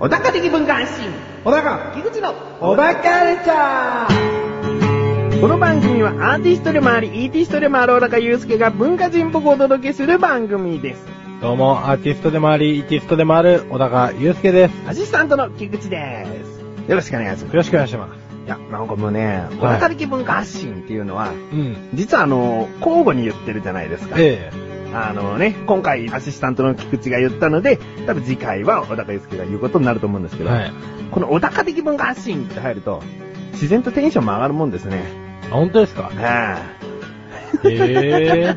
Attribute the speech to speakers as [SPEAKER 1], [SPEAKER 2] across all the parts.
[SPEAKER 1] 小高的文化発信
[SPEAKER 2] 小高
[SPEAKER 1] 菊池の
[SPEAKER 2] 小高レチャー
[SPEAKER 1] この番組はアーティストでもあり、イーティストでもある小高祐介が文化人っぽくお届けする番組です。
[SPEAKER 2] どうも、アーティストでもあり、イーティストでもある、小高祐介です。
[SPEAKER 1] アシスタントの菊池です。よろしくお願いしま
[SPEAKER 2] よ
[SPEAKER 1] す。
[SPEAKER 2] ろしくお願いします。
[SPEAKER 1] いや、なんかもうね、小高的文化発信っていうのは、
[SPEAKER 2] うん。
[SPEAKER 1] 実はあの、交互に言ってるじゃないですか。
[SPEAKER 2] え
[SPEAKER 1] あのね、今回アシスタントの菊池が言ったので、多分次回は小高祐介が言うことになると思うんです
[SPEAKER 2] え
[SPEAKER 1] けど、
[SPEAKER 2] はい。
[SPEAKER 1] この小高的文化発信って入ると、自然とテンションも上がるもんですね。
[SPEAKER 2] あ、本当ですか
[SPEAKER 1] あ
[SPEAKER 2] ええ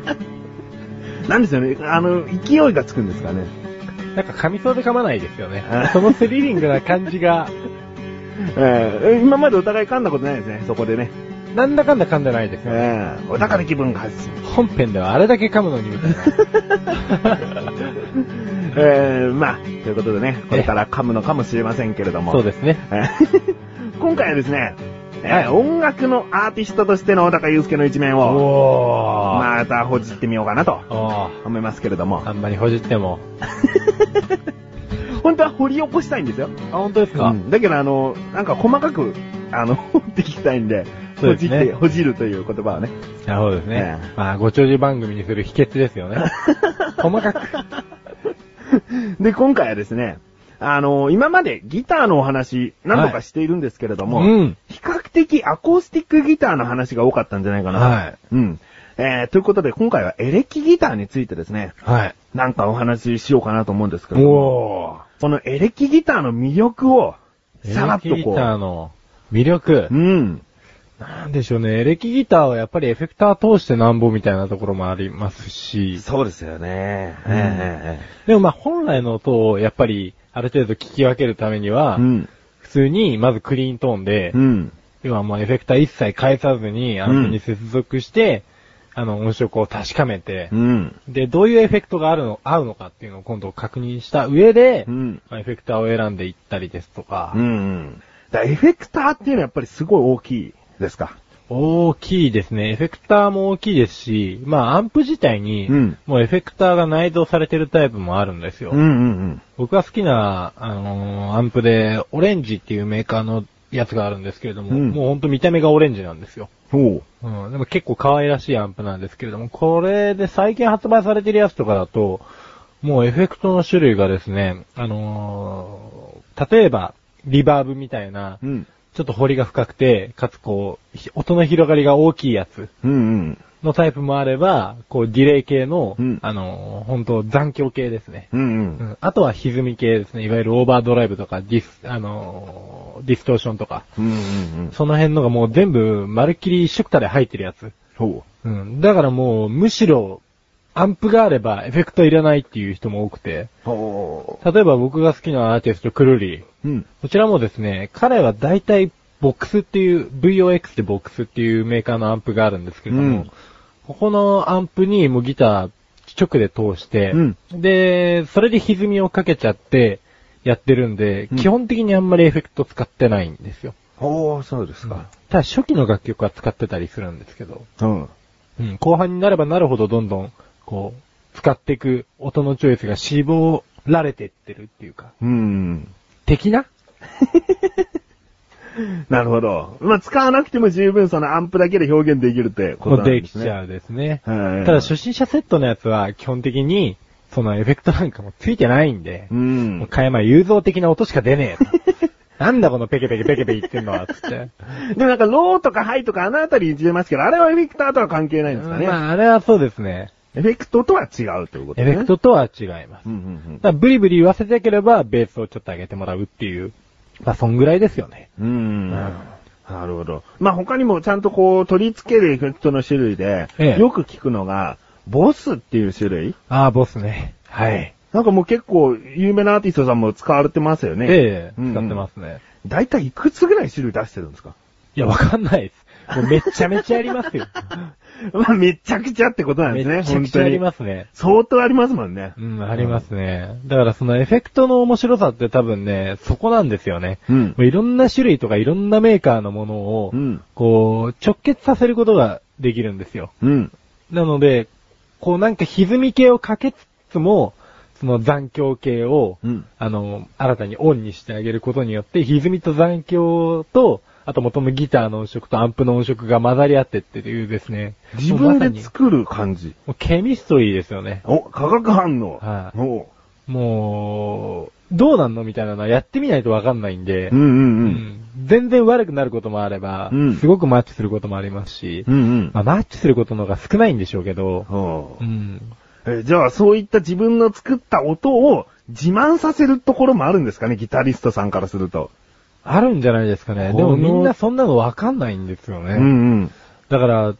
[SPEAKER 1] あなんですよね、あの、勢いがつくんですかね。
[SPEAKER 2] なんか噛みそうで噛まないですよね
[SPEAKER 1] あ。
[SPEAKER 2] そのスリリングな感じが、
[SPEAKER 1] ええ今までお互い噛んだことないですね、そこでね。
[SPEAKER 2] なんだかんだ噛んでないですよね。
[SPEAKER 1] ええお高的文化発信。
[SPEAKER 2] 本編ではあれだけ噛むのに、みたいな。
[SPEAKER 1] ええまあ、ということでね、これから噛むのかもしれませんけれ ども。
[SPEAKER 2] そうですね。
[SPEAKER 1] えー 今回はですね、えー音楽のアーティストとしての小高祐介の一面を、
[SPEAKER 2] おー。
[SPEAKER 1] またほじってみようかなと
[SPEAKER 2] おー。
[SPEAKER 1] 思いますけれど
[SPEAKER 2] あ
[SPEAKER 1] も、
[SPEAKER 2] んまりほじっても。
[SPEAKER 1] 本当は掘り起こしたいんですよ。
[SPEAKER 2] あ、本当ですか、
[SPEAKER 1] うんだけど、あの、なんか細かく、あの、掘って聞きたいんで、ほ
[SPEAKER 2] そうです
[SPEAKER 1] じっ
[SPEAKER 2] ね
[SPEAKER 1] て、ほじるという言葉をね。
[SPEAKER 2] なるほどですね。
[SPEAKER 1] ええ
[SPEAKER 2] まあ、ご長寿番組にする秘訣です よね。細かく。
[SPEAKER 1] で、今回はですね、あの、今までギターのお話、何度かしているんですけれども、
[SPEAKER 2] うん。
[SPEAKER 1] 比較的アコースティックギターの話が多かったんじゃないかな。
[SPEAKER 2] はい。
[SPEAKER 1] うん。えー、ということで、今回はエレキギターについてですね、
[SPEAKER 2] はい。
[SPEAKER 1] なんかお話ししようかなと思うんですけども、
[SPEAKER 2] おー。
[SPEAKER 1] このエレキギターの魅力を、さらっと
[SPEAKER 2] エレキ
[SPEAKER 1] こ
[SPEAKER 2] ギター
[SPEAKER 1] う。
[SPEAKER 2] の魅力
[SPEAKER 1] う。ん。
[SPEAKER 2] なんでしょうね。エレキギターはやっぱりエフェクター通してなんぼみたいなところもありますし。
[SPEAKER 1] そうですよね。
[SPEAKER 2] うん
[SPEAKER 1] え
[SPEAKER 2] でもまあ本来の音をやっぱりある程度聞き分けるために
[SPEAKER 1] え
[SPEAKER 2] は
[SPEAKER 1] う、ん。
[SPEAKER 2] 普通にまずクリーントーンで
[SPEAKER 1] う、ん。
[SPEAKER 2] 要はもうエフェクター一切返さずにアンプに接続して、あの音色を確かめて
[SPEAKER 1] う、ん。
[SPEAKER 2] で、どういうエフェクトがあるの、合うのかっていうのを今度確認した上で、
[SPEAKER 1] うん。
[SPEAKER 2] まあエフェクターを選んでいったりですとか、
[SPEAKER 1] うん。だからエフェクターっていうのはやっぱりすごい大きいですか。
[SPEAKER 2] 大きいですね。エフェクターも大きいですし、まあアンプ自体に
[SPEAKER 1] うん、
[SPEAKER 2] もうエフェクターが内蔵されてるタイプもあるんですよ。
[SPEAKER 1] うんうん
[SPEAKER 2] 僕が好きな、あのーアンプで、オレンジっていうメーカーのやつがあるんですけれども、
[SPEAKER 1] うん
[SPEAKER 2] もうほんと見た目がオレンジなんですよ。
[SPEAKER 1] うん。おう。
[SPEAKER 2] うん、でも結構可愛らしいアンプなんですけれども、これで最近発売されてるやつとかだと、もうエフェクトの種類がですね、あのー例えば、リバーブみたいな、
[SPEAKER 1] ん。
[SPEAKER 2] ちょっと彫りが深くて、かつこう、ひ音の広がりが大きいやつ
[SPEAKER 1] うんうん。
[SPEAKER 2] のタイプもあれば、こう、ディレイ系の、
[SPEAKER 1] うん
[SPEAKER 2] あのー、本当残響系ですね。
[SPEAKER 1] うんう。
[SPEAKER 2] うんんあとは歪み系ですね。いわゆるオーバードライブとか、ディス、あのーディストーションとか。
[SPEAKER 1] うんうんうん。
[SPEAKER 2] その辺のがもう全部、まるっきり一緒くたで入ってるやつ。
[SPEAKER 1] ほ
[SPEAKER 2] うん。だからもう、むしろ、アンプがあれば、エフェクトいらないっていう人も多くて。
[SPEAKER 1] う。ほ
[SPEAKER 2] 例えば僕が好きなアーティスト、クルリー。
[SPEAKER 1] う。うん。
[SPEAKER 2] こちらもですね、彼は大体、ボックスっていう、VOX でボックスっていうメーカーのアンプがあるんですけれども、
[SPEAKER 1] うん
[SPEAKER 2] ここのアンプにもうギター直で通して、
[SPEAKER 1] うん
[SPEAKER 2] で、それで歪みをかけちゃってやってるんで、
[SPEAKER 1] うん
[SPEAKER 2] 基本的にあんまりエフェクト使ってないんですよ。
[SPEAKER 1] ほう、そうですか。
[SPEAKER 2] ただ初期の楽曲は使ってたりするんですけど、
[SPEAKER 1] うん。
[SPEAKER 2] うん後半になればなるほどどんどん、こう、使っていく音のチョイスが絞られてってるっていうか、
[SPEAKER 1] うん。
[SPEAKER 2] 的な
[SPEAKER 1] なるほど。まあ、使わなくても十分そのアンプだけで表現できるってことなん
[SPEAKER 2] で
[SPEAKER 1] で
[SPEAKER 2] き
[SPEAKER 1] す
[SPEAKER 2] ち
[SPEAKER 1] ね。
[SPEAKER 2] ゃうですね。
[SPEAKER 1] はい
[SPEAKER 2] ただ初心者セットのやつは基本的に、そのエフェクトなんかもついてないんで
[SPEAKER 1] う、。
[SPEAKER 2] もうん加山雄三的な音しか出ねえと。 なんだこのペケペケペケペケ言ってんのは、つって。
[SPEAKER 1] でもなんか、ローとかハイとかあのあたりに出ますけど、あれはエフェクターとは関係ないんですかね。
[SPEAKER 2] まあ、あれはそうですね。
[SPEAKER 1] エフェクトとは違うということです
[SPEAKER 2] エ
[SPEAKER 1] ね。
[SPEAKER 2] フェクトとは違いま
[SPEAKER 1] う
[SPEAKER 2] す。だ
[SPEAKER 1] んうん
[SPEAKER 2] からブリブリ言わせたければ、ベースをちょっと上げてもらうっていう、まあ、そんぐらいですよね。
[SPEAKER 1] うん。うん。なるほど。まあ、他にもちゃんとこう、取り付けるエフェクトの種類で、
[SPEAKER 2] ええ
[SPEAKER 1] よく聞くのが、ボスっていう種類
[SPEAKER 2] ああ、ボスね。はい。
[SPEAKER 1] なんかもう結構、有名なアーティストさんも使われてますよね。
[SPEAKER 2] ええ、
[SPEAKER 1] うんうん
[SPEAKER 2] 使ってますね。
[SPEAKER 1] だいたいいくつぐらい種類出してるんですか
[SPEAKER 2] いや、わかんないです。もうめっちゃめちゃありますよ。
[SPEAKER 1] まあ、めちゃくちゃってことなんですね、。
[SPEAKER 2] めちゃくちゃありますすね。
[SPEAKER 1] 相当ありますもんね。
[SPEAKER 2] うん、ありますね。だからそのエフェクトの面白さって多分ね、そこなんですよね。
[SPEAKER 1] うん
[SPEAKER 2] もいろんな種類とかいろんなメーカーのものを、
[SPEAKER 1] うん
[SPEAKER 2] こう、直結させることができるんですよ。
[SPEAKER 1] うん。
[SPEAKER 2] なので、こうなんか歪み系をかけつつも、その残響系を、
[SPEAKER 1] うん
[SPEAKER 2] あの、新たにオンにしてあげることによって、歪みと残響と、あと元のギターの音色とアンプの音色が混ざり合ってっていうですね。
[SPEAKER 1] 自
[SPEAKER 2] もうま
[SPEAKER 1] 分
[SPEAKER 2] さ
[SPEAKER 1] で
[SPEAKER 2] に
[SPEAKER 1] 作る感じ。
[SPEAKER 2] もうケミストリーですよね。
[SPEAKER 1] お、化学反応。
[SPEAKER 2] はい
[SPEAKER 1] お
[SPEAKER 2] もう、どうなんのみたいなのはやってみないとわかんないんで、
[SPEAKER 1] うんうんう。
[SPEAKER 2] うんん全然悪くなることもあれば、
[SPEAKER 1] うん
[SPEAKER 2] すごくマッチすることもありますし、
[SPEAKER 1] うんうん。
[SPEAKER 2] まあ、マッチすることの方が少ないんでしょうけど、
[SPEAKER 1] ほう
[SPEAKER 2] うん
[SPEAKER 1] えじゃあ、そういった自分の作った音を自慢させるところもあるんですかね、ギタリストさんからすると。
[SPEAKER 2] あるんじゃないですかね。
[SPEAKER 1] こ
[SPEAKER 2] で
[SPEAKER 1] の
[SPEAKER 2] もみんなそんなのわかんないんですよね。
[SPEAKER 1] うんうん。
[SPEAKER 2] だから、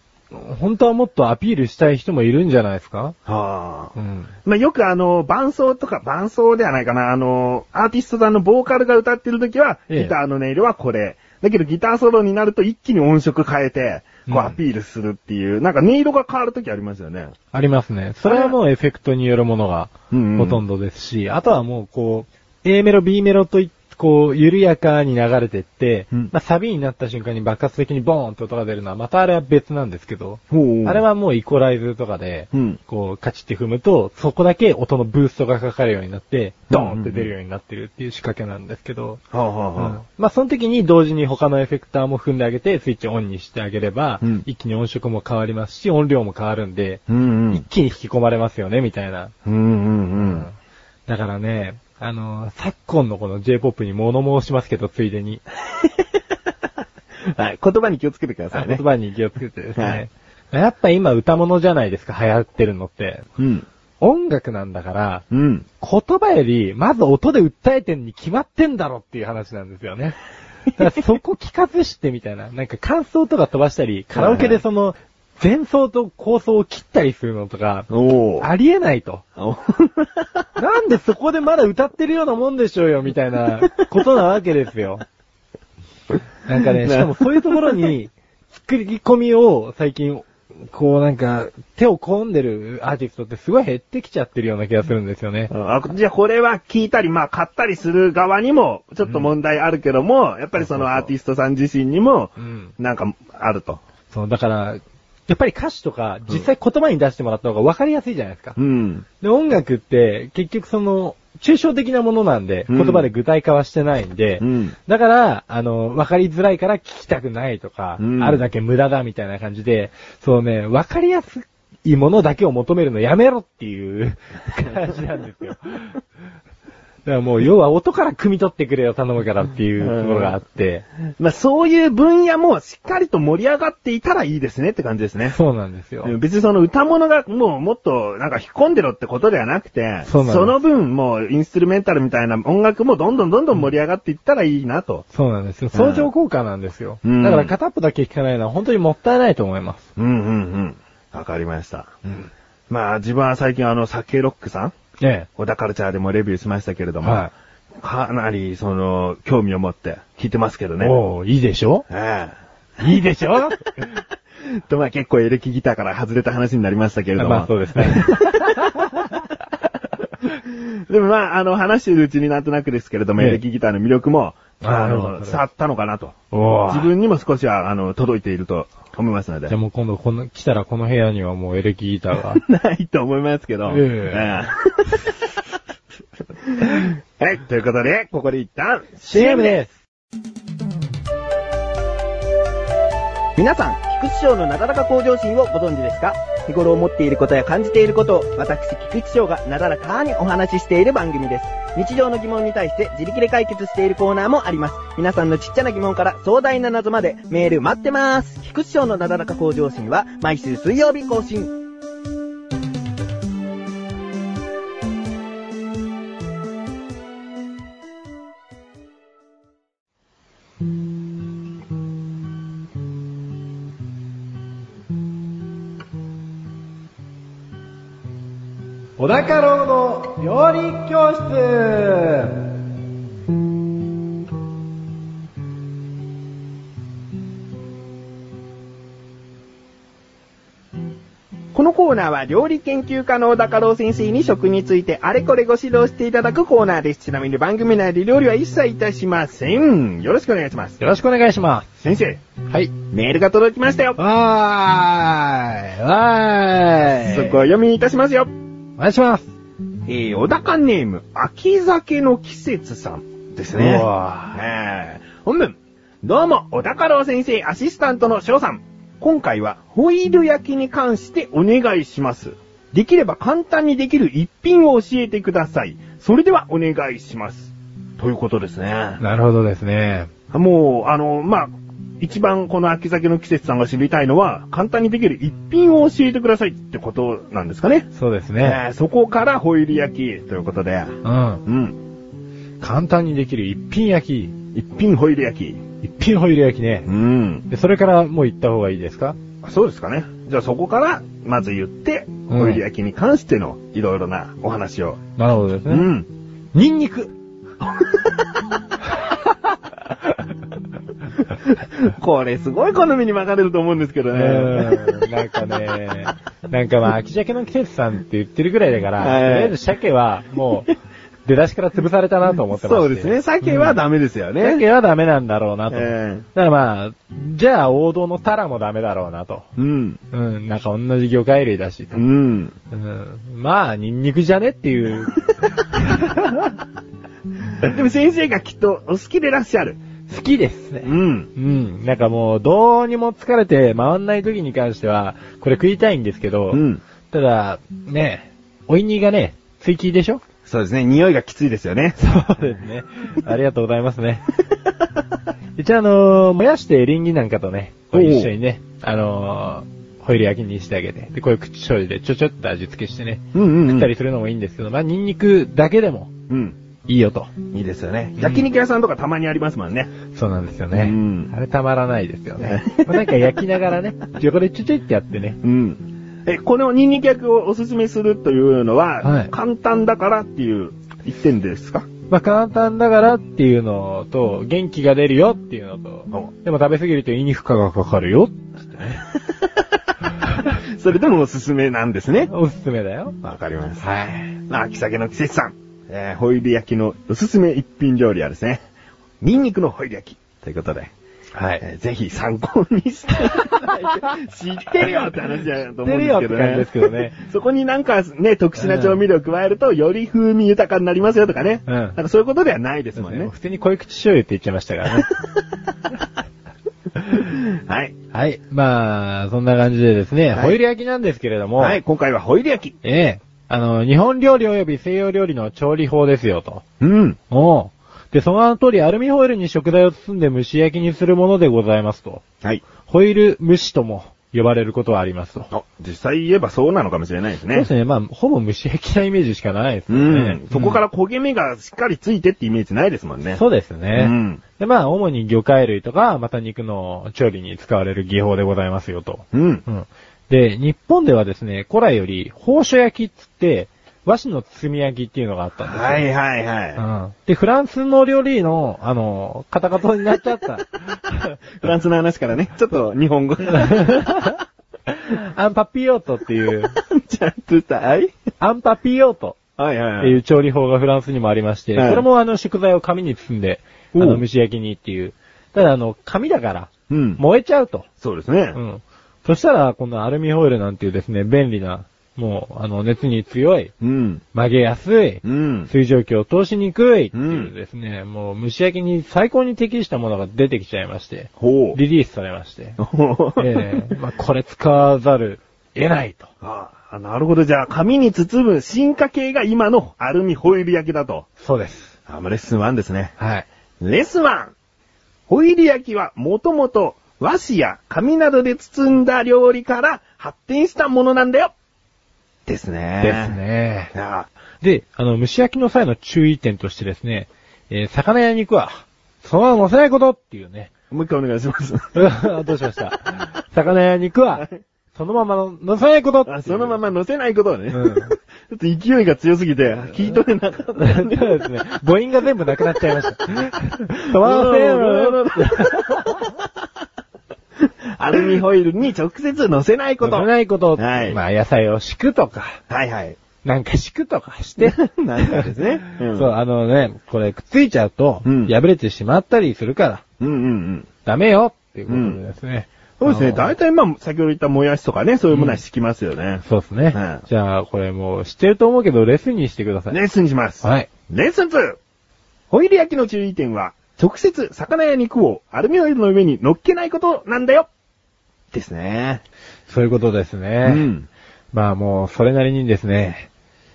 [SPEAKER 2] 本当はもっとアピールしたい人もいるんじゃないですか
[SPEAKER 1] はあ。
[SPEAKER 2] ん。
[SPEAKER 1] まあ、よくあの、伴奏とか、伴奏ではないかな、あの、アーティストさんのボーカルが歌ってる時は、
[SPEAKER 2] ええ
[SPEAKER 1] ギターの音色はこれ。だけどギターソロになると一気に音色変えて、こう
[SPEAKER 2] うん
[SPEAKER 1] アピールするっていう、なんか音色が変わる時ありますよね。
[SPEAKER 2] ありますね。それはもうエフェクトによるものが
[SPEAKER 1] うんうん
[SPEAKER 2] ほとんどですし、あとはもうこう、A メロ、B メロといこう、緩やかに流れてって、
[SPEAKER 1] うん
[SPEAKER 2] まあサビになった瞬間に爆発的にボーンと音が出るのは、またあれは別なんですけど、
[SPEAKER 1] ほ
[SPEAKER 2] あれ、はもうイコライズとかで、
[SPEAKER 1] うん
[SPEAKER 2] こう、カチって踏むと、そこだけ音のブーストがかかるようになって、ドーンって出るようになってるっていう仕掛けなんですけど、
[SPEAKER 1] はあ、はあはあ
[SPEAKER 2] まあその時に同時に他のエフェクターも踏んであげて、スイッチオンにしてあげれば、
[SPEAKER 1] うん
[SPEAKER 2] 一気に音色も変わりますし、音量も変わるんで、
[SPEAKER 1] うんう
[SPEAKER 2] 一
[SPEAKER 1] ん。
[SPEAKER 2] 気に引き込まれますよね、みたいな。
[SPEAKER 1] うんうんうん。
[SPEAKER 2] だからね、あのー昨今のこの J-POP に物申しますけど、ついで に、
[SPEAKER 1] はい、言葉に気をつけてくださいね。
[SPEAKER 2] 言葉に気をつけてです
[SPEAKER 1] は
[SPEAKER 2] ね
[SPEAKER 1] い。
[SPEAKER 2] やっぱ今歌物じゃないですか、流行ってるのって。
[SPEAKER 1] うん。
[SPEAKER 2] 音楽なんだから、
[SPEAKER 1] うん。
[SPEAKER 2] 言葉より、まず音で訴えてんに決まってんだろっていう話なんですよね。だからそこ聞かずしてみたいな、なんか感想とか飛ばしたり、カラオケでその、前奏と構想を切ったりするのとか、
[SPEAKER 1] おー。
[SPEAKER 2] ありえないと。
[SPEAKER 1] お
[SPEAKER 2] なんでそこでまだ歌ってるようなもんでしょうよ、みたいなことなわけですよ。なんかね、しかもそういうところに、作り込みを最近、こうなんか、手を込んでるアーティストってすごい減ってきちゃってるような気がするんですよね。
[SPEAKER 1] あじゃあこれは聞いたり、まあ買ったりする側にも、ちょっと問題あるけども、やっぱりそのアーティストさん自身にも
[SPEAKER 2] う、ん。
[SPEAKER 1] なんかあると。
[SPEAKER 2] そう、だから、やっぱり歌詞とか、実際言葉に出してもらった方が分かりやすいじゃないですか。
[SPEAKER 1] うん。
[SPEAKER 2] で、音楽って、結局その、抽象的なものなんで、
[SPEAKER 1] うん
[SPEAKER 2] 言葉で具体化はしてないんで、
[SPEAKER 1] うん
[SPEAKER 2] だから、あの、分かりづらいから聞きたくないとか、
[SPEAKER 1] うん
[SPEAKER 2] あるだけ無駄だみたいな感じで、そうね、分かりやすいものだけを求めるのやめろっていう 感じなんですよ。だからもう、要は音から汲み取ってくれよ、頼むからっていうところがあって、
[SPEAKER 1] まあそういう分野もしっかりと盛り上がっていたらいいですねって感じですね。
[SPEAKER 2] そうなんですよ。
[SPEAKER 1] 別にその歌物がもうもっとなんか引っ込んでろってことではなくて、
[SPEAKER 2] そうなんです
[SPEAKER 1] の分もうインストゥルメンタルみたいな音楽もどんどんどんどん盛り上がっていったらいいなと。
[SPEAKER 2] そうなんですよ。相乗効果なんですよ。
[SPEAKER 1] うん
[SPEAKER 2] だから片っぽだけ聞かないのは本当にもったいないと思います。
[SPEAKER 1] うんうんうん。わかりました。
[SPEAKER 2] うん。
[SPEAKER 1] まあ自分は最近あの、サケロックさん
[SPEAKER 2] え
[SPEAKER 1] 小田カルチャーでもレビューしましたけれ
[SPEAKER 2] え。
[SPEAKER 1] ども、かなり、その、興味を持って聞いてますけどね。
[SPEAKER 2] おーいいでしょ
[SPEAKER 1] え
[SPEAKER 2] いいでしょ
[SPEAKER 1] え。と、まあ結構エレキギターから外れた話になりましたけれども。
[SPEAKER 2] まあそうですね。
[SPEAKER 1] でもまあ、あの、話してるうちになんとなくですけれども、
[SPEAKER 2] ええ
[SPEAKER 1] エレキギターの魅力も、
[SPEAKER 2] あ
[SPEAKER 1] あ
[SPEAKER 2] なるほ
[SPEAKER 1] の、
[SPEAKER 2] ど
[SPEAKER 1] 触ったのかなと。
[SPEAKER 2] お
[SPEAKER 1] 自
[SPEAKER 2] 自分
[SPEAKER 1] 分にも少しは、あの、届いていると思いますので
[SPEAKER 2] じゃあ。もう今度この、来たらこの部屋にはもうエレキギターが。
[SPEAKER 1] ないと思いますけど。
[SPEAKER 2] ええ
[SPEAKER 1] え はい、ということで、ここで一旦
[SPEAKER 2] CM です
[SPEAKER 3] 皆さん、菊池賞のなだらか向上心をご存知ですか日頃思っていることや感じていることを私、菊池翔がなだらかにお話ししている番組です。日常の疑問に対して自力で解決しているコーナーもあります。皆さんのちっちゃな疑問から壮大な謎までメール待ってます。菊池賞のなだらか向上心は毎週水曜日更新。
[SPEAKER 2] 小高郎の料理教室
[SPEAKER 1] このコーナーは料理研究家の小高郎先生に食についてあれこれご指導していただくコーナーです。ちなみに番組内で料理は一切いたしません。よろしくお願いします。
[SPEAKER 2] よろしくお願いしま
[SPEAKER 1] 先生、
[SPEAKER 2] す。はい。
[SPEAKER 1] メールが届きましたよ。
[SPEAKER 2] わーい。わーい。
[SPEAKER 1] そこを読みいたしますよ。
[SPEAKER 2] お願いします。
[SPEAKER 1] えー、小高ネーム、秋酒の季節さんですね。
[SPEAKER 2] うわ
[SPEAKER 1] えー本文、どうも、小高郎先生、アシスタントの翔さん。今回は、ホイル焼きに関してお願いします。できれば簡単にできる一品を教えてください。それではお願いします。ということですね。
[SPEAKER 2] なるほどですね。
[SPEAKER 1] もう、あの、まあ、一番この秋酒の季節さんが知りたいのは、簡単にできる一品を教えてくださいってことなんですかね。
[SPEAKER 2] そうです
[SPEAKER 1] え
[SPEAKER 2] ね。
[SPEAKER 1] ーそこからホイル焼きということで、
[SPEAKER 2] うん。
[SPEAKER 1] うん。
[SPEAKER 2] 簡単にできる一品焼き。
[SPEAKER 1] 一品ホイル焼き。
[SPEAKER 2] 一品ホイル焼きね
[SPEAKER 1] う。ん。
[SPEAKER 2] で、それからもう行った方がいいですか
[SPEAKER 1] そうですかね。じゃあそこから、まず言って、
[SPEAKER 2] うん
[SPEAKER 1] ホイル焼きに関してのいろいろなお話を。
[SPEAKER 2] なるほどです
[SPEAKER 1] う
[SPEAKER 2] ね。
[SPEAKER 1] ん。
[SPEAKER 2] ニンニク。
[SPEAKER 1] これすごい好みに分かれると思うんですけど
[SPEAKER 2] う
[SPEAKER 1] ね。
[SPEAKER 2] ん。なんかね、なんかまあ、秋鮭の季節さんって言ってるぐらいだから、と
[SPEAKER 1] はい
[SPEAKER 2] りあえず鮭はもう、出だしから潰されたなと思ってまして
[SPEAKER 1] そうですね。鮭はダメですよね。
[SPEAKER 2] 鮭はダメなんだろうなと。だか
[SPEAKER 1] え
[SPEAKER 2] らまあ、じゃあ王道のタラもダメだろうなと。
[SPEAKER 1] えうん。
[SPEAKER 2] うん、なんか同じ魚介類だしと
[SPEAKER 1] う。ん。
[SPEAKER 2] うん、まあ、ニンニクじゃねって いう。
[SPEAKER 1] でも先生がきっとお好きでいらっしゃる。
[SPEAKER 2] 好きですね
[SPEAKER 1] う。ん。
[SPEAKER 2] うん。なんかもう、どうにも疲れて回んない時に関しては、これ食いたいんですけど、
[SPEAKER 1] うん。
[SPEAKER 2] ただ、ね、おいにがね、追記でしょ
[SPEAKER 1] そうですね。匂いがきついですよね。
[SPEAKER 2] そうですね。 ありがとうございますね。一応あのーもやしてエリンギなんかとね、こう一緒にね、あのーホイル焼きにしてあげて、で、こういう口醤油でちょちょっと味付けしてね、
[SPEAKER 1] うんうん、うん。
[SPEAKER 2] 食ったりするのもいいんですけど、まあ、ニンニクだけでも
[SPEAKER 1] うん。
[SPEAKER 2] いいよと。
[SPEAKER 1] いいですよね。
[SPEAKER 2] うん
[SPEAKER 1] 焼肉屋さんとかたまにありますもんね。
[SPEAKER 2] そうなんですよね。
[SPEAKER 1] うん
[SPEAKER 2] あれたまらないですよね。 まあなんか焼きながらね、横でちょちょいってやってね、
[SPEAKER 1] うん。え、このニンニク焼きをおすすめするというのは、
[SPEAKER 2] はい
[SPEAKER 1] 簡単だからっていう一点ですか
[SPEAKER 2] まあ、簡単だからっていうのと、元気が出るよっていうのと、でも食べ過ぎると胃に負荷がかかるよ。
[SPEAKER 1] それでもおすすめなんですね。
[SPEAKER 2] おすすめだよ。
[SPEAKER 1] わかります。
[SPEAKER 2] はい。
[SPEAKER 1] まあ、秋鮭の季節さん。えーホイル焼きのおすすめ一品料理はですね、ニンニクのホイル焼きということで、
[SPEAKER 2] はい。
[SPEAKER 1] えーぜひ参考にしてください。 知ってるよって話だと思うんですけどね。
[SPEAKER 2] 知ってるよって感じですけどね
[SPEAKER 1] そこになんかね、特殊な調味料を加えると、より風味豊かになりますよとかね。
[SPEAKER 2] うん
[SPEAKER 1] なんかそういうことではないですもんね。
[SPEAKER 2] 普通に濃い口醤油って言っちゃいましたからね。
[SPEAKER 1] はい。
[SPEAKER 2] はい。まあ、そんな感じでですね、
[SPEAKER 1] はい
[SPEAKER 2] ホイル焼きなんですけれども、
[SPEAKER 1] はい、今回はホイル焼き。
[SPEAKER 2] ええあの、日本料理及び西洋料理の調理法ですよと。
[SPEAKER 1] うん。
[SPEAKER 2] おうで、その名の通りアルミホイルに食材を包んで蒸し焼きにするものでございますと。
[SPEAKER 1] はい。
[SPEAKER 2] ホイル蒸しとも呼ばれることはありますと。
[SPEAKER 1] あ、実際言えばそうなのかもしれないです
[SPEAKER 2] そう
[SPEAKER 1] ね。
[SPEAKER 2] ですね。まあ、ほぼ蒸し焼きなイメージしかないです
[SPEAKER 1] う
[SPEAKER 2] よね、
[SPEAKER 1] ん。。そこからら焦げ目がしっかりついてってイメージないですもんね。
[SPEAKER 2] そうです
[SPEAKER 1] う
[SPEAKER 2] ね。
[SPEAKER 1] ん。
[SPEAKER 2] で、まあ、主に魚介類とか、また肉の調理に使われる技法でございますよと。
[SPEAKER 1] うん
[SPEAKER 2] う。ん。で、日本ではですね、古来より、宝書焼きっつって、和紙の包み焼きっていうのがあったんですよ。
[SPEAKER 1] はいはいは
[SPEAKER 2] うん。で、フランスの料理の、あの、カタカタになっちゃっ た。
[SPEAKER 1] い。フランスの話からね、ちょっと日本語が。
[SPEAKER 2] アンパピオートっていう、
[SPEAKER 1] ちゃんとした、はい
[SPEAKER 2] アンパピオート
[SPEAKER 1] はい
[SPEAKER 2] っ
[SPEAKER 1] は
[SPEAKER 2] て
[SPEAKER 1] い
[SPEAKER 2] い
[SPEAKER 1] は
[SPEAKER 2] う
[SPEAKER 1] い。
[SPEAKER 2] 調理法がフランスにもありまして、
[SPEAKER 1] はい
[SPEAKER 2] それもあの食材を紙に包んで、あ
[SPEAKER 1] おう
[SPEAKER 2] の蒸し焼きにっていう。ただあの、紙だから、
[SPEAKER 1] うん。
[SPEAKER 2] 燃えちゃうと。
[SPEAKER 1] そうですね
[SPEAKER 2] う。ん。そしたら、このアルミホイルなんていうですね、便利な、もう、あの、熱に強い、
[SPEAKER 1] うん。
[SPEAKER 2] 曲げやすい、
[SPEAKER 1] うん。
[SPEAKER 2] 水蒸気を通しにくいっていうですね、もう蒸し焼きに最高に適したものが出てきちゃいまして、
[SPEAKER 1] ほう。
[SPEAKER 2] リリースされまして、
[SPEAKER 1] ほ う
[SPEAKER 2] ええまあ、これ使わざる得ないと。
[SPEAKER 1] あ、なるほど。じゃあ、紙に包む進化系が今のアルミホイル焼きだと。
[SPEAKER 2] そうです。
[SPEAKER 1] あ、もうレッスン1ですね。
[SPEAKER 2] はい。
[SPEAKER 1] レスワンホイル焼きはもともと和紙や紙などで包んだ料理から発展したものなんだよですね。
[SPEAKER 2] です。ね。
[SPEAKER 1] あ
[SPEAKER 2] で、あの、蒸し焼きの際の注意点としてですね、えー魚や肉は、そのまま乗せないことっていうね。
[SPEAKER 1] もう一回お願いし ます。
[SPEAKER 2] うわどうしました魚や肉は、そのまま乗せないことっていう
[SPEAKER 1] あそのまま乗せないことをね。
[SPEAKER 2] うん
[SPEAKER 1] ちょっと勢いが強すぎて、聞いとれなかった。
[SPEAKER 2] そうですね。母音が全部なくなっちゃい ました。トマトセーブ
[SPEAKER 1] あアルミホイルに直接乗せないこと。
[SPEAKER 2] 乗せないこと。
[SPEAKER 1] はい
[SPEAKER 2] まあ、野菜を敷くとか、
[SPEAKER 1] はいはい。
[SPEAKER 2] なんか敷くとかして。
[SPEAKER 1] なんかですね。うん
[SPEAKER 2] そう、あのね、これくっついちゃうと、
[SPEAKER 1] うん
[SPEAKER 2] 破れてしまったりするから、
[SPEAKER 1] うんうんうん。
[SPEAKER 2] ダメよっていうことでですね。
[SPEAKER 1] そうですね。
[SPEAKER 2] あの
[SPEAKER 1] 大体まあ、先ほど言ったもやしとかね、そういうものは敷きますよね。
[SPEAKER 2] そうですね。
[SPEAKER 1] うん
[SPEAKER 2] じゃあ、これもう知ってると思うけど、レッスンにしてください。
[SPEAKER 1] レッスンにします。
[SPEAKER 2] はい。
[SPEAKER 1] レッスン 2! ホイル焼きの注意点は、直接魚や肉をアルミホイルの上に乗っけないことなんだよですね。
[SPEAKER 2] そういうことです
[SPEAKER 1] う
[SPEAKER 2] ね。
[SPEAKER 1] ん。
[SPEAKER 2] まあもう、それなりにですね、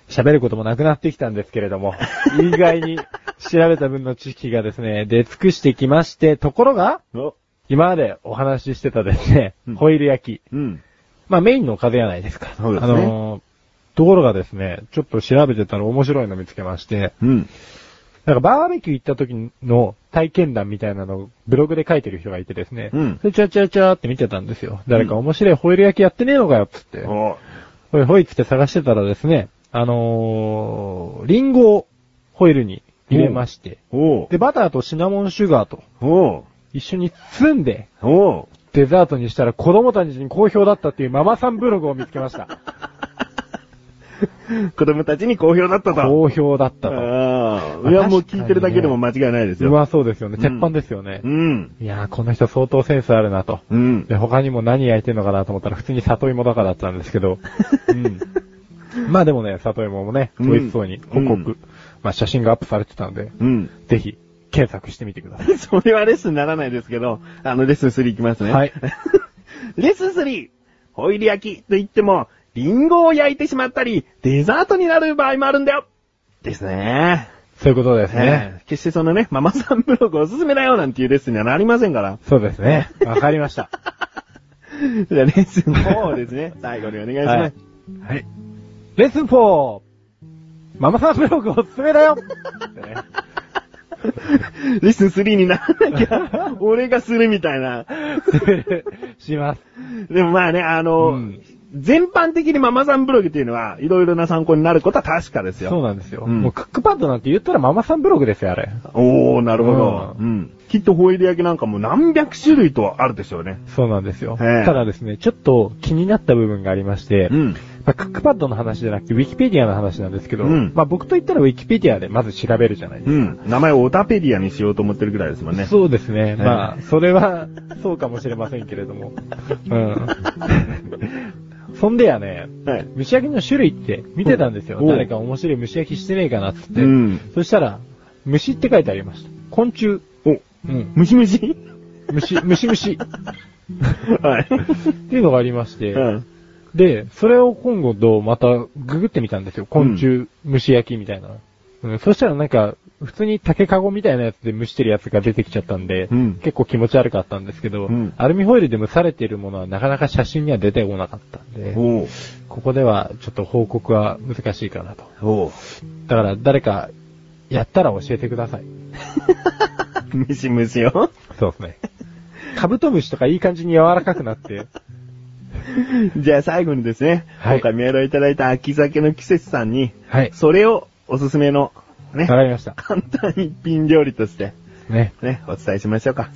[SPEAKER 2] 喋ることもなくなってきたんですけれ ども、意外に調べた分の知識がですね、出尽くしてきまして、ところが、
[SPEAKER 1] お
[SPEAKER 2] 今までお話ししてたですね
[SPEAKER 1] うん、
[SPEAKER 2] ホイル焼き。
[SPEAKER 1] うん。
[SPEAKER 2] まあメインのおかずやないですか。
[SPEAKER 1] そうです
[SPEAKER 2] あ
[SPEAKER 1] ね
[SPEAKER 2] のーところがですね、ちょっと調べてたら面白いの見つけまして、
[SPEAKER 1] うん。
[SPEAKER 2] なんかバーベキュー行った時の体験談みたいなのをブログで書いてる人がいてですね、
[SPEAKER 1] うん
[SPEAKER 2] それチャチャチャーって見てたんですよ。誰か面白いホイル焼きやってねえのかよっつって、
[SPEAKER 1] お
[SPEAKER 2] ホイホイっつって探してたらですね、あのー、リンゴをホイルに入れまして、
[SPEAKER 1] お
[SPEAKER 2] で、バターとシナモンシュガーと
[SPEAKER 1] お
[SPEAKER 2] 一緒に包んで、
[SPEAKER 1] お
[SPEAKER 2] デザートにしたら子供たちに好評だったっていうママさんブログを見つけま した。
[SPEAKER 1] 子供たちに好評だったと。
[SPEAKER 2] 好評だったと。
[SPEAKER 1] ああ。いや、もう聞いてるだけでも間違いないです
[SPEAKER 2] う
[SPEAKER 1] よ。
[SPEAKER 2] まそうですよね。鉄板ですよね
[SPEAKER 1] う。ん。
[SPEAKER 2] いやー、この人相当センスあるなと。
[SPEAKER 1] うん。
[SPEAKER 2] で、他にも何焼いてんのかなと思ったら普通に里芋だからだったんです けど。うん。まあでもね、里芋もね、
[SPEAKER 1] うん
[SPEAKER 2] 美味しそうに報告、
[SPEAKER 1] うん
[SPEAKER 2] まあ写真がアップされてたんで、
[SPEAKER 1] うん。
[SPEAKER 2] ぜひ、検索してみてくださ い。
[SPEAKER 1] それはレッスンにならないですけど、あの、レッスン3いきますね。
[SPEAKER 2] はい。
[SPEAKER 1] レッスン 3! ホイル焼きと言っても、リンゴを焼いてしまったり、デザートになる場合もあるんだよですね。
[SPEAKER 2] そういうことです
[SPEAKER 1] え
[SPEAKER 2] ね。
[SPEAKER 1] え決してそのね、ママさんブログおすすめだよなんていうレッスンにはなりませんから。
[SPEAKER 2] そうですね。わかりました。
[SPEAKER 1] じゃあレッスン4ですね。最後にお願いします。
[SPEAKER 2] はい。レッスン 4! ママさんブログおすすめだ よね
[SPEAKER 1] レッスン3にならなきゃ、俺がするみたい な。
[SPEAKER 2] します。
[SPEAKER 1] でもまあね、あの、
[SPEAKER 2] うん
[SPEAKER 1] 全般的にママさんブログっていうのは、いろいろな参考になることは確かですよ。
[SPEAKER 2] そうなんですよ。
[SPEAKER 1] うん
[SPEAKER 2] もうクックパッドなんて言ったらママさんブログですよ、あれ。
[SPEAKER 1] おー、なるほど。
[SPEAKER 2] う
[SPEAKER 1] うん。きっとホイル焼きなんかも何百種類とはあるでしょうね。
[SPEAKER 2] そうなんですよ。
[SPEAKER 1] ええ
[SPEAKER 2] ただですね、ちょっと気になった部分がありまして、
[SPEAKER 1] ん。
[SPEAKER 2] まあ、クックパッドの話じゃなくて、ウィキペディアの話なんですけど、
[SPEAKER 1] うん
[SPEAKER 2] まあ僕と言ったらウィキペディアでまず調べるじゃないで
[SPEAKER 1] う
[SPEAKER 2] す
[SPEAKER 1] ん。名前をオタペディアにしようと思ってるぐらいですもん
[SPEAKER 2] か。
[SPEAKER 1] ね。
[SPEAKER 2] そうですね。
[SPEAKER 1] え
[SPEAKER 2] まあ、それは、そうかもしれませんけれ ども。うん。そんでやね、
[SPEAKER 1] はい。
[SPEAKER 2] 蒸し焼きの種類って見てたんですよ。
[SPEAKER 1] おう
[SPEAKER 2] 誰か面白い蒸し焼きしてねえかなっつって。
[SPEAKER 1] うん
[SPEAKER 2] そしたら、虫って書いてありました。昆虫。
[SPEAKER 1] お、
[SPEAKER 2] うん。
[SPEAKER 1] ムシムシ
[SPEAKER 2] 虫、虫虫。
[SPEAKER 1] はい。
[SPEAKER 2] っていうのがあり まして、
[SPEAKER 1] うん。
[SPEAKER 2] で、それを今後どうまたググってみたんですよ。昆虫、蒸し焼きみたいな。うん、そしたらなんか、普通に竹籠みたいなやつで蒸してるやつが出てきちゃったんで、
[SPEAKER 1] うん
[SPEAKER 2] 結構気持ち悪かったんですけど、
[SPEAKER 1] うん
[SPEAKER 2] アルミホイルで蒸されているものはなかなか写真には出てこなかったんで、
[SPEAKER 1] おう
[SPEAKER 2] ここではちょっと報告は難しいかなと。
[SPEAKER 1] おう
[SPEAKER 2] だから誰か、やったら教えてください。
[SPEAKER 1] ムシムシよ。
[SPEAKER 2] そうですね。 カブトムシとかいい感じに柔らかくなって、
[SPEAKER 1] じゃあ最後にですね、
[SPEAKER 2] はい
[SPEAKER 1] 今回メールをいただいた秋酒の季節さんに、
[SPEAKER 2] はい。
[SPEAKER 1] それをおすすめの、ね
[SPEAKER 2] わ、かりました。
[SPEAKER 1] 簡単一品料理として、
[SPEAKER 2] ね。
[SPEAKER 1] ね、お伝えしましょうか。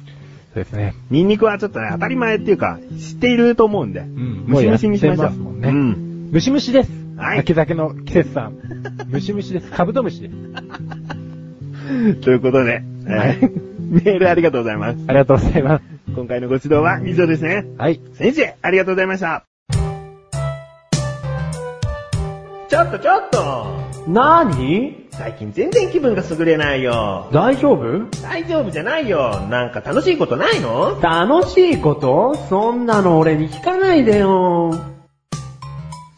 [SPEAKER 2] そうですね。
[SPEAKER 1] ニンニクはちょっとね、当たり前っていうか、知っていると思うんで、
[SPEAKER 2] ん
[SPEAKER 1] ムシムシにしまし
[SPEAKER 2] もう
[SPEAKER 1] ょ
[SPEAKER 2] や
[SPEAKER 1] う。
[SPEAKER 2] ってますもんね
[SPEAKER 1] うん。
[SPEAKER 2] ムシムシです。
[SPEAKER 1] はい
[SPEAKER 2] 秋酒の季節さん。 ムシムシです。カブトムシです。
[SPEAKER 1] ということで、えー メールありがとうございます。
[SPEAKER 2] ありがとうございます。
[SPEAKER 1] 今回のご指導は以上ですね。
[SPEAKER 2] はい。
[SPEAKER 1] 先生、ありがとうございました。ちょっとちょっと
[SPEAKER 2] なーに
[SPEAKER 1] 最近全然気分が優れないよ。
[SPEAKER 2] 大丈夫
[SPEAKER 1] 大丈夫じゃないよ。なんか楽しいことないの
[SPEAKER 2] 楽しいことそんなの俺に聞かないでよ。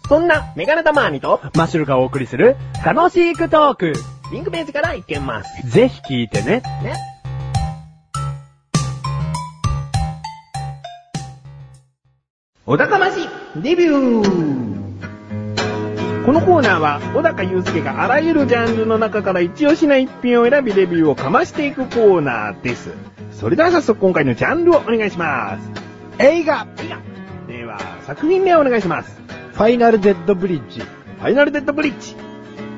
[SPEAKER 1] そんな、メガネタマーニと、
[SPEAKER 2] マッシュルがお送りする、楽しいクトーク。
[SPEAKER 1] リンクページからいけます。
[SPEAKER 2] ぜひ聞いてね。
[SPEAKER 1] ね。お高ましデビューこのコーナーは、小高祐介があらゆるジャンルの中から一押しな一品を選びレビューをかましていくコーナーです。それでは早速今回のジャンルをお願いします。
[SPEAKER 2] 映画、
[SPEAKER 1] はいやでは、作品名をお願いします。
[SPEAKER 2] ファイナルデッドブリッジ。
[SPEAKER 1] ファイナルデッドブリッジ。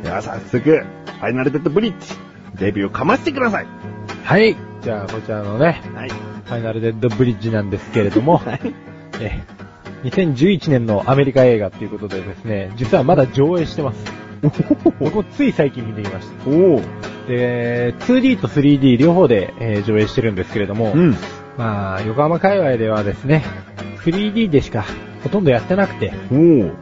[SPEAKER 1] では早速、ファイナルデッドブリッジ、レビューをかましてください。
[SPEAKER 2] はい。じゃあ、こちらのね、
[SPEAKER 1] はい。
[SPEAKER 2] ファイナルデッドブリッジなんですけれども、えー2011年のアメリカ映画っていうことでですね、実はまだ上映してます。僕もつい最近見てきました。
[SPEAKER 1] おお。
[SPEAKER 2] で、2D と 3D 両方で、えー上映してるんですけれども、
[SPEAKER 1] うん。
[SPEAKER 2] まあ、横浜界隈ではですね、3D でしかほとんどやってなくて、
[SPEAKER 1] お
[SPEAKER 2] うん、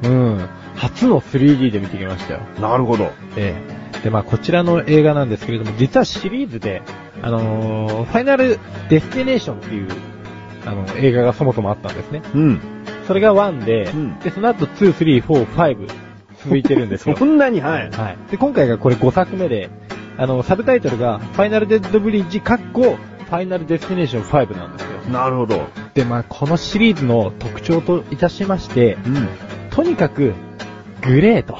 [SPEAKER 2] 初の 3D で見てきましたよ。
[SPEAKER 1] お。なるほど。
[SPEAKER 2] ええで、まあ、こちらの映画なんですけれども、実はシリーズで、あのーファイナルデスティネーションっていう、あの、映画がそもそもあったんですね。
[SPEAKER 1] うん。
[SPEAKER 2] それが1で、
[SPEAKER 1] うん
[SPEAKER 2] で、その後2、3、4、5続いてるんですよ。
[SPEAKER 1] そんなに、はい。
[SPEAKER 2] はい。で、今回がこれ5作目で、あの、サブタイトルが、ファイナルデッドブリッジ、カッコ、ファイナルデスティネーション5なんですよ。
[SPEAKER 1] なるほど。
[SPEAKER 2] で、まあ、このシリーズの特徴といたしまして、
[SPEAKER 1] う
[SPEAKER 2] とにかく、グレーと。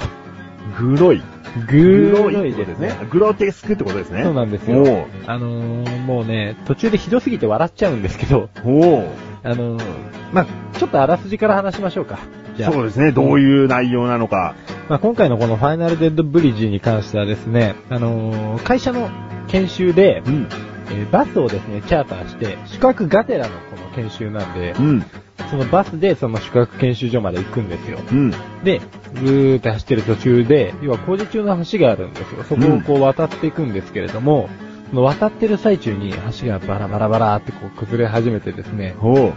[SPEAKER 1] ん。グロい。
[SPEAKER 2] グロい
[SPEAKER 1] ってこと
[SPEAKER 2] ですね。。
[SPEAKER 1] グロテスクってことですね。
[SPEAKER 2] そうなんです
[SPEAKER 1] お
[SPEAKER 2] よ。あのー、もうね、途中でひどすぎて笑っちゃうんですけど、
[SPEAKER 1] お。おお。
[SPEAKER 2] あのー、まあ、ちょっとあらすじから話しましょうか。じゃあ
[SPEAKER 1] そうですね。どういう内容なのか。
[SPEAKER 2] まあ、今回のこのファイナルデッドブリッジに関してはですね、あのー会社の研修で、
[SPEAKER 1] ん。
[SPEAKER 2] えーバスをですね、チャーターして、宿泊がてらのこの研修なんで
[SPEAKER 1] う、ん。
[SPEAKER 2] そのバスでその宿泊研修所まで行くんですよ。
[SPEAKER 1] うん。
[SPEAKER 2] で、ずーっと走ってる途中で、要は工事中の橋があるんですよ。そこをこう渡っていくんですけれども、その渡ってる最中に橋がバラバラバラってこう崩れ始めてですね、
[SPEAKER 1] おお。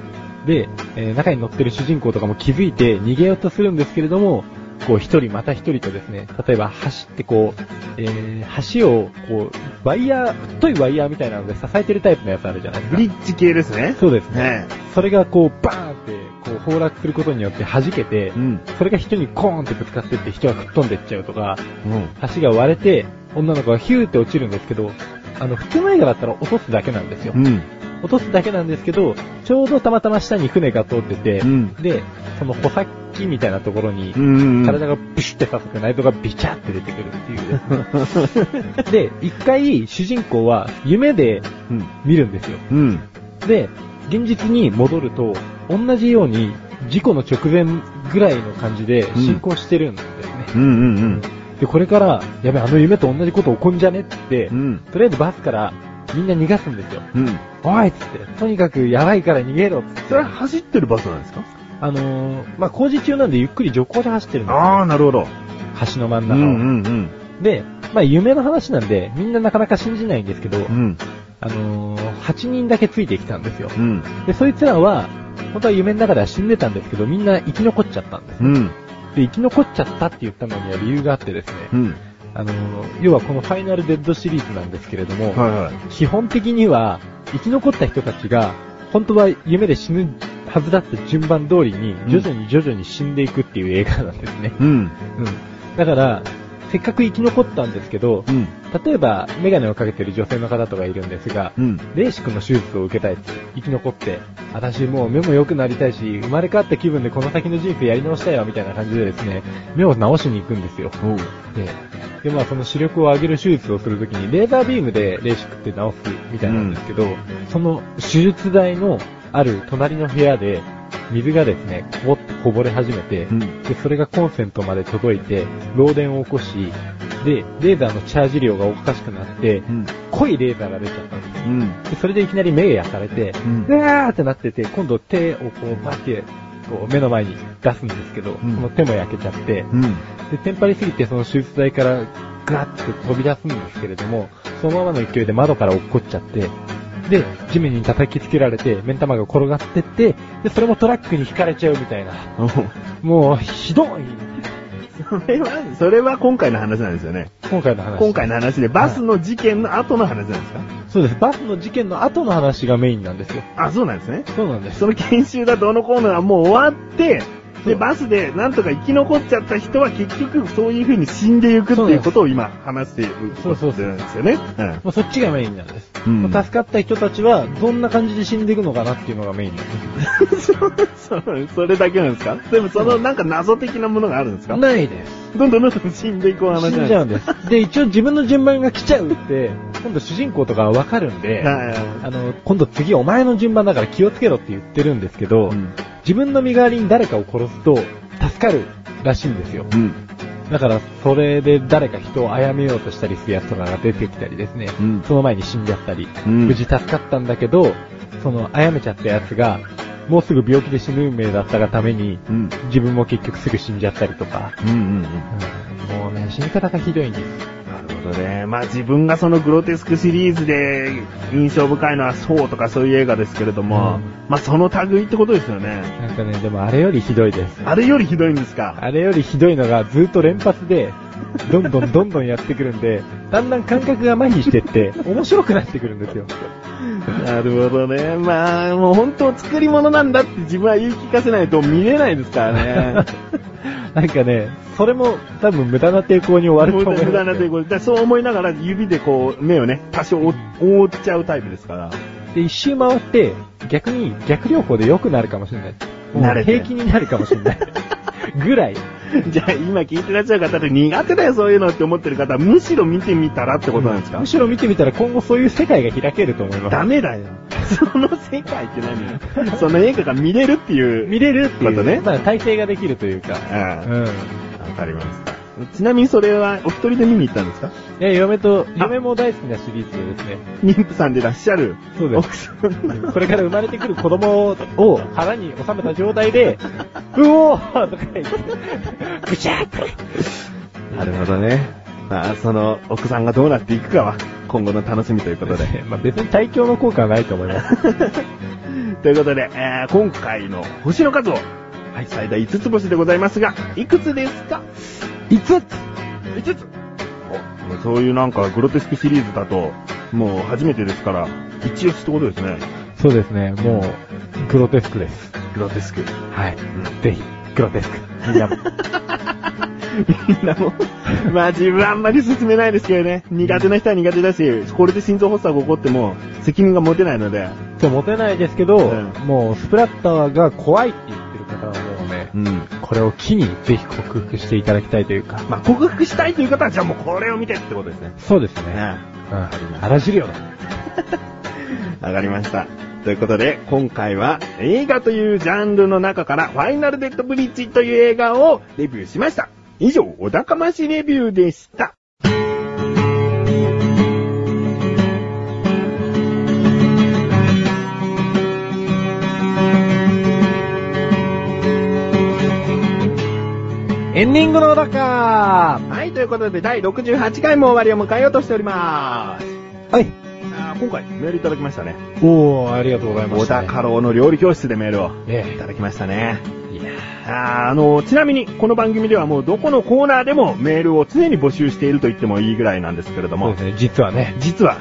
[SPEAKER 2] で、えー中に乗ってる主人公とかも気づいて逃げようとするんですけれども、こう一人また一人とですね、例えば走ってこう、えー橋をこう、ワイヤー、太いワイヤーみたいなので支えてるタイプのやつあるじゃないですか。
[SPEAKER 1] ブリッジ系ですね。
[SPEAKER 2] そうですね。
[SPEAKER 1] ね
[SPEAKER 2] それがこう、バーンって、こう、崩落することによって弾けて
[SPEAKER 1] え。う、ん。
[SPEAKER 2] それが人にコーンってぶつかってって人が吹っ飛んでっちゃうとか、
[SPEAKER 1] うん。
[SPEAKER 2] 橋が割れて、女の子がヒューって落ちるんですけど、あの、普通の映画だったら落とすだけなんですよ
[SPEAKER 1] う。ん。
[SPEAKER 2] 落とすだけなんですけど、ちょうどたまたま下に船が通ってて、
[SPEAKER 1] うん
[SPEAKER 2] で、その穂先みたいなところに
[SPEAKER 1] う、ん。
[SPEAKER 2] 体がブシュって刺さって内臓がビチャって出てくるっていう。で、一回主人公は夢で
[SPEAKER 1] うん。
[SPEAKER 2] 見るんですよ。
[SPEAKER 1] うん。
[SPEAKER 2] で、現実に戻ると、同じように事故の直前ぐらいの感じで進行してるんですね。
[SPEAKER 1] うん。うん。
[SPEAKER 2] で、これから、やべ、あの夢と同じこと起こんじゃねって、
[SPEAKER 1] うん。
[SPEAKER 2] とりあえずバスからみんな逃がすんですよ。
[SPEAKER 1] うん。
[SPEAKER 2] おいっつって、とにかくやばいから逃げろっつって。
[SPEAKER 1] それは走ってるバスなんですか
[SPEAKER 2] あのー、まあ、工事中なんでゆっくり徐行で走ってるんです
[SPEAKER 1] ああ、なるほど。
[SPEAKER 2] 橋の真
[SPEAKER 1] うんんう
[SPEAKER 2] 中を。
[SPEAKER 1] んうん。
[SPEAKER 2] で、まあ、夢の話なんで、みんななかなか信じないんですけど、
[SPEAKER 1] うん。
[SPEAKER 2] あのー、8人だけついてきたんですよ。
[SPEAKER 1] うん。
[SPEAKER 2] で、そいつらは、本当は夢の中では死んでたんですけど、みんな生き残っちゃったんです。
[SPEAKER 1] うん。
[SPEAKER 2] で、生き残っちゃったって言ったのには理由があってですね、
[SPEAKER 1] うん。
[SPEAKER 2] あのー、要はこのファイナルデッドシリーズなんですけれども、
[SPEAKER 1] はいはい。
[SPEAKER 2] 基本的には、生き残った人たちが、本当は夢で死ぬはずだった順番通りに、
[SPEAKER 1] ん
[SPEAKER 2] 徐々に徐々に死んでいくっていう映画なんですね。
[SPEAKER 1] うん。
[SPEAKER 2] うん。だから、せっかく生き残ったんですけど
[SPEAKER 1] う、ん。
[SPEAKER 2] 例えば、メガネをかけてる女性の方とかいるんですが、
[SPEAKER 1] うん。
[SPEAKER 2] レーシックの手術を受けたいって生き残って、私もう目も良くなりたいし、生まれ変わった気分でこの先の人生やり直したいわ、みたいな感じでですね、目を治しに行くんですよ。
[SPEAKER 1] おう。
[SPEAKER 2] で、でまあその視力を上げる手術をするときに、レーザービームでレーシックって治すみたいなんですけど、その手術台のある隣の部屋で、水がですね、こぼってこぼれ始めて、
[SPEAKER 1] うん。
[SPEAKER 2] で、それがコンセントまで届いて、漏電を起こし、で、レーザーのチャージ量がおかしくなって、
[SPEAKER 1] うん。
[SPEAKER 2] 濃いレーザーが出ちゃったんですよ。
[SPEAKER 1] うん。
[SPEAKER 2] で、それでいきなり目が焼かれて、
[SPEAKER 1] うん
[SPEAKER 2] うわーってなってて、今度手をこうバッて、こう目の前に出すんですけど、
[SPEAKER 1] うん
[SPEAKER 2] その手も焼けちゃって、
[SPEAKER 1] うん。
[SPEAKER 2] で、テンパりすぎてその手術台からガッて飛び出すんですけれども、そのままの勢いで窓から落っこっちゃって、で、地面に叩きつけられて、目ん玉が転がってって、で、それもトラックに引かれちゃうみたいな。
[SPEAKER 1] おう
[SPEAKER 2] もう、ひどい
[SPEAKER 1] それは、それは今回の話なんですよね。
[SPEAKER 2] 今回の話。
[SPEAKER 1] 今回の話で、バスの事件の後の話なんですか
[SPEAKER 2] そうです。バスの事件の後の話がメインなんですよ。
[SPEAKER 1] あ、そうなんですね。
[SPEAKER 2] そうなんで
[SPEAKER 1] その研修がどうのコーナーはもう終わって、で、バスでなんとか生き残っちゃった人は結局そういう風に死んでいくっていうことを今話している
[SPEAKER 2] そうそうそう
[SPEAKER 1] るんですよね。
[SPEAKER 2] もうそっちがメインなんです。
[SPEAKER 1] うん
[SPEAKER 2] もう助かった人たちは、どんな感じで死んでいくのかなっていうのがメインなんです。
[SPEAKER 1] そうん。それだけなんですかでもそのなんか謎的なものがあるんですか
[SPEAKER 2] ないです。
[SPEAKER 1] どんどんどんどん死んでいくお話な
[SPEAKER 2] 死
[SPEAKER 1] ん
[SPEAKER 2] んじゃう んです。で、一応自分の順番が来ちゃうって、今度主人公とかはわかるんで、
[SPEAKER 1] はいはい
[SPEAKER 2] あの、今度次お前の順番だから気をつけろって言ってるんですけど、
[SPEAKER 1] うん
[SPEAKER 2] 自分の身代わりに誰かを殺すと助かるらしいんですよ。
[SPEAKER 1] うん。
[SPEAKER 2] だから、それで誰か人を殺めようとしたりするやつとかが出てきたりですね、
[SPEAKER 1] うん
[SPEAKER 2] その前に死んじゃったり、
[SPEAKER 1] うん
[SPEAKER 2] 無事助かったんだけど、その、殺めちゃったやつが、もうすぐ病気で死ぬ運命だったがために、
[SPEAKER 1] うん。
[SPEAKER 2] 自分も結局すぐ死んじゃったりとか、
[SPEAKER 1] うんうんうん。
[SPEAKER 2] うんもうね、死に方がひどいんです。
[SPEAKER 1] なるほどね。まあ自分がそのグロテスクシリーズで印象深いのはそうとかそういう映画ですけれども、
[SPEAKER 2] うん
[SPEAKER 1] まあその類ってことですよね。
[SPEAKER 2] なんかね、でもあれよりひどいです。
[SPEAKER 1] あれよりひどいんですか。
[SPEAKER 2] あれよりひどいのがずっと連発で、どんどんどんどんやってくるんで、だんだん感覚が麻痺してって、面白くなってくるんですよ。
[SPEAKER 1] なるほどね。まあもう本当作り物なんだって自分は言い聞かせないと見れないです からね。
[SPEAKER 2] なんかね、それも多分無駄な抵抗に終わると思いますよ。
[SPEAKER 1] 無駄なということで、だからそう思いながら指でこう目をね、多少覆覆っちゃうタイプですから。
[SPEAKER 2] で、一周回って、逆に逆療法で良くなるかもしれない。も
[SPEAKER 1] 慣
[SPEAKER 2] う
[SPEAKER 1] れて
[SPEAKER 2] 平気になるかもしれ ない。ぐらい。
[SPEAKER 1] じゃあ今聞いてらっしゃる方で苦手だよそういうのって思ってる方はむしろ見てみたらってことなんですか、
[SPEAKER 2] むしろ見てみたら今後そういう世界が開けると思います。
[SPEAKER 1] ダメだよ。その世界って何よその映画が見れるっていう。
[SPEAKER 2] 見れるっていう
[SPEAKER 1] ことね
[SPEAKER 2] まあ、体制ができるというか。う
[SPEAKER 1] あ
[SPEAKER 2] ん。
[SPEAKER 1] あ、わかりました。ちなみにそれはお一人で見に行ったんですか
[SPEAKER 2] え、嫁と、嫁も大好きなシリーズでですね。
[SPEAKER 1] 妊婦さんでいらっしゃる
[SPEAKER 2] そうです
[SPEAKER 1] 奥さん。
[SPEAKER 2] これから生まれてくる子供を腹に収めた状態 で、うおーとか言って、ぐしゃーって。
[SPEAKER 1] なるほどね。まあ、その奥さんがどうなっていくかは今後の楽しみということ で。
[SPEAKER 2] まあ別に対響の効果はないと思い ます。
[SPEAKER 1] ということで、えー今回の星の数を、はい、最大5つ星でございますが、いくつですか
[SPEAKER 2] 5つ
[SPEAKER 1] 5つおそういうなんかグロテスクシリーズだと、もう初めてですから、一押しってことですね。
[SPEAKER 2] そうですね、もう、グロテスクです。
[SPEAKER 1] グロテスク。
[SPEAKER 2] はい。ぜひ、グロテスク。みんなも。
[SPEAKER 1] みんなも。 まあ自分はあんまり進めないですけどね。苦手な人は苦手だし、これで心臓発作が起こっても責任が持てないので。
[SPEAKER 2] そう、モテないですけど、
[SPEAKER 1] うん
[SPEAKER 2] もう、スプラッターが怖いって言ってる方はもうね、
[SPEAKER 1] うん。
[SPEAKER 2] これを機にぜひ克服していただきたいというか。
[SPEAKER 1] まあ克服したいという方はじゃあもうこれを見てってことですね。
[SPEAKER 2] そうです
[SPEAKER 1] ね
[SPEAKER 2] ね。うん。荒汁よだ。
[SPEAKER 1] わかりました。ということで、今回は映画というジャンルの中からファイナルデッドブリッジという映画をレビューしました。以上、お高ましレビューでした。
[SPEAKER 2] エンディングのおだか
[SPEAKER 1] はい、ということで第68回も終わりを迎えようとしております。
[SPEAKER 2] はい。
[SPEAKER 1] あー今回メールいただきましたね。
[SPEAKER 2] おー、ありがとうございま
[SPEAKER 1] 小
[SPEAKER 2] した、
[SPEAKER 1] 田家老の料理教室でメールをい
[SPEAKER 2] え
[SPEAKER 1] ただきましたね。
[SPEAKER 2] え。いや
[SPEAKER 1] あーあの、ちなみに、この番組ではもうどこのコーナーでもメールを常に募集していると言ってもいいぐらいなんですけれど
[SPEAKER 2] そう
[SPEAKER 1] も
[SPEAKER 2] で、すね、実はね。
[SPEAKER 1] 実は、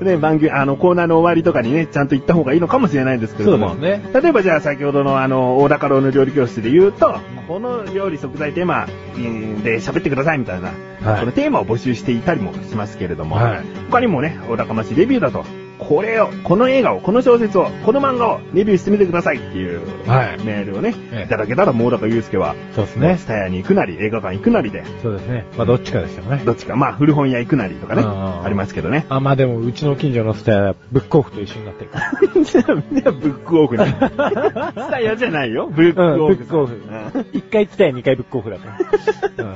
[SPEAKER 1] ね、番組、あの、コーナーの終わりとかにね、ちゃんと言った方がいいのかもしれないんですけれども、
[SPEAKER 2] そうです
[SPEAKER 1] ね。例えばじゃあ先ほどのあの、大高郎の料理教室で言うと、この料理食材テーマうんで喋ってくださいみたいな、
[SPEAKER 2] はい
[SPEAKER 1] このテーマを募集していたりもしますけれども、
[SPEAKER 2] はい
[SPEAKER 1] 他にもね、大高町レビューだと、これを、この映画を、この小説を、この漫画をレビューしてみてくださいっていう
[SPEAKER 2] はい
[SPEAKER 1] メールをね、
[SPEAKER 2] ええ
[SPEAKER 1] いただけたら、もう大高祐介は、
[SPEAKER 2] そうです
[SPEAKER 1] ね、
[SPEAKER 2] ね
[SPEAKER 1] ス。タヤに行くなり、映画館行くなりで、
[SPEAKER 2] そうですね。まあ、どっちかですよね。
[SPEAKER 1] どっちか、まあ、古本屋行くなりとかね、
[SPEAKER 2] うんうんうん
[SPEAKER 1] ありますけどね。
[SPEAKER 2] あ、まあでも、うちの近所のスタヤはブックオフと一緒になってるから。
[SPEAKER 1] じゃあ、みんなブックオフに。スタヤじゃないよ、ブックオフ。
[SPEAKER 2] うんブックオフ
[SPEAKER 1] う
[SPEAKER 2] 一回スタヤ、二回ブックオフだから。うん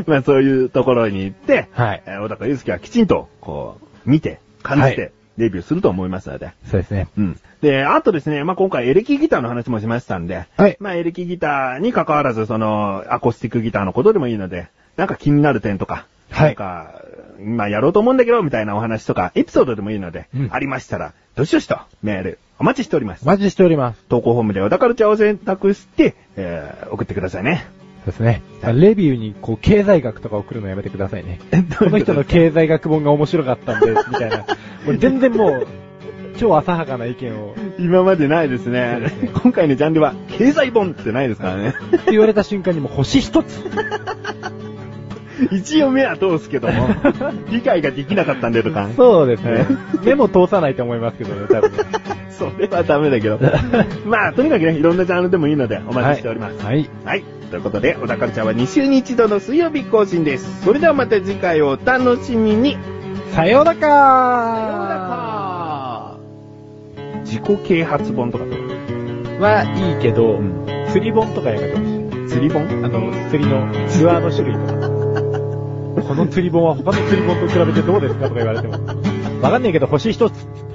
[SPEAKER 1] んまあ、そういうところに行って、
[SPEAKER 2] はい
[SPEAKER 1] えー小高祐介はきちんと、こう、見て、感じ
[SPEAKER 2] は
[SPEAKER 1] て、レビューすると思いますので。
[SPEAKER 2] そうですね。
[SPEAKER 1] うん。で、あとですね、まあ、今回エレキギターの話もしましたんで、
[SPEAKER 2] はい
[SPEAKER 1] まあ、エレキギターに関わらず、その、アコースティックギターのことでもいいので、なんか気になる点とか、
[SPEAKER 2] はい
[SPEAKER 1] なんか、まあ、やろうと思うんだけど、みたいなお話とか、エピソードでもいいので、
[SPEAKER 2] うん
[SPEAKER 1] ありましたら、どしどしとメール、お待ちしております。
[SPEAKER 2] お待ちしております。
[SPEAKER 1] 投稿フォームで小田カルチャーを選択して、えー、送ってくださいね。
[SPEAKER 2] そうですね。まあレビューに、こう、経済学とか送るのやめてくださいね。この人の経済学本が面白かったんで、みたいな。もう全然もう、超浅はかな意見を。
[SPEAKER 1] 今までないですね。今回のジャンルは、経済本ってないですからね。
[SPEAKER 2] って言われた瞬間にもう星一つ。
[SPEAKER 1] 一応目は通すけども、理解ができなかったんでとか。
[SPEAKER 2] そうですね。目も通さないと思いますけどね、多分ね。
[SPEAKER 1] それはダメだけ ど。まあ、とにかくね、いろんなジャンルでもいいので、お
[SPEAKER 2] お
[SPEAKER 1] 待ちしております。はい。
[SPEAKER 2] はい。
[SPEAKER 1] ということで、小田カルチャーは2週に1度の水曜日更新です。それではまた次回をお楽しみに。
[SPEAKER 2] さようなら
[SPEAKER 1] さようなら自己啓発本とかどう
[SPEAKER 2] はいいけど、
[SPEAKER 1] うん
[SPEAKER 2] 釣り本とかやめてほしい。
[SPEAKER 1] 釣り本
[SPEAKER 2] あの、釣りの、ツアーの種類とか。 この釣り本は他の釣り本と比べてどうですかとか言われても。わかんないけど、星一つっつって。